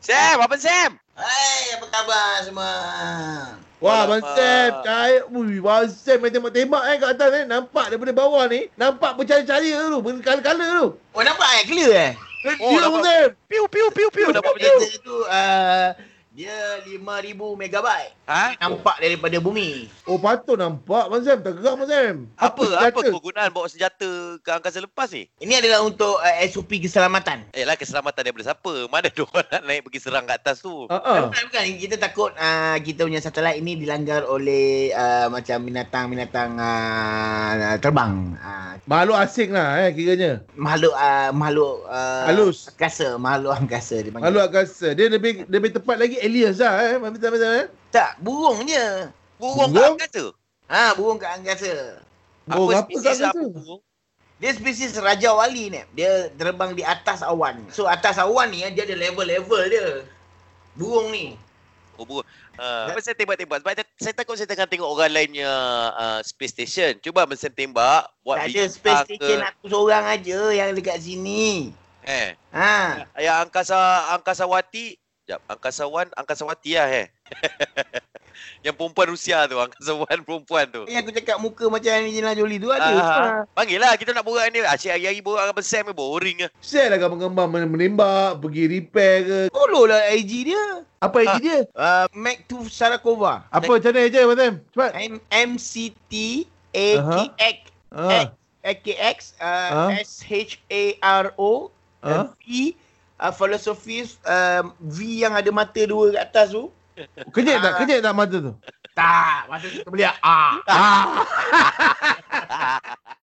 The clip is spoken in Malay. Sam, Abang Sam. Hai, apa khabar semua? Wah, Abang Alamak. Sam, cahaya. Ui, Abang Sam main tembak-tembak eh kat atas eh. Nampak daripada bawah ni. Nampak bercahaya-cahaya tu. Berkala-kala tu. Oh, nampak eh? Clear eh? Kerja, Oh, oh, Abang nampak. Sam. Piu, piu, piu, piu. Dapat benda tu. Laser tu, uh, dia 5,000 megabyte. Ha? Nampak daripada bumi. Oh, patut nampak Abang Sam. Tergerak Abang Sam. Apa, apa senjata? kegunaan bawa senjata ke angkasa lepas ni? Ini adalah untuk uh, SOP keselamatan. Eh lah keselamatan daripada siapa? Mana dia orang nak naik pergi serang kat atas tu? Ah, ah. Bukan, bukan. Kita takut uh, kita punya satelit ini dilanggar oleh uh, macam binatang-binatang uh, terbang. Uh, Makhluk asing lah eh kiranya. makhluk uh, makhluk uh, Halus. angkasa, makhluk angkasa dipanggil. Makhluk angkasa. Dia lebih lebih tepat lagi alias lah eh. Abang Sam, Abang Sam eh. tak, burung je. Burung burung? kat angkasa? Ha, burung kat angkasa. Burung apa spesies kat angkasa? burung? Dia spesies Raja Wali ni. Dia terbang di atas awan. So atas awan ni eh, dia ada level-level dia. Burung ni. Oh, burung. Uh, Ya. Abang Sam tembak-tembak. Sebab saya- saya takut saya tengah tengok orang lainnya uh, space station. Cuba Abang Sam tembak. Buat tak ada bintang space ke- station lah. aku seorang aja yang dekat sini. Eh. Ha. Yang angkasa angkasawati, jap, angkasawan, angkasawati lah eh. yang perempuan Rusia tu, angkasawan perempuan tu. Yang aku cakap muka macam Angelina Jolie tu ada. Ha. Ah, panggil lah kita nak borak ni. Asyik hari-hari borak dengan Sam ni boring ah. Share lah kau pengembang mana menembak, pergi repair ke. Follow lah IG dia. Apa Ah. IG dia? Uh, Mac to Sarakova. Eh. Apa macam mana je Abang Sam? Cepat. M MCT AKX Ah, AKX Ah. uh, S H A R O ah. P uh, Philosophies uh, V yang ada mata dua kat atas tu. Kejap tak? Ah. Kejap tak mata tu? Tak, mata tu tak boleh. Ah. Ah.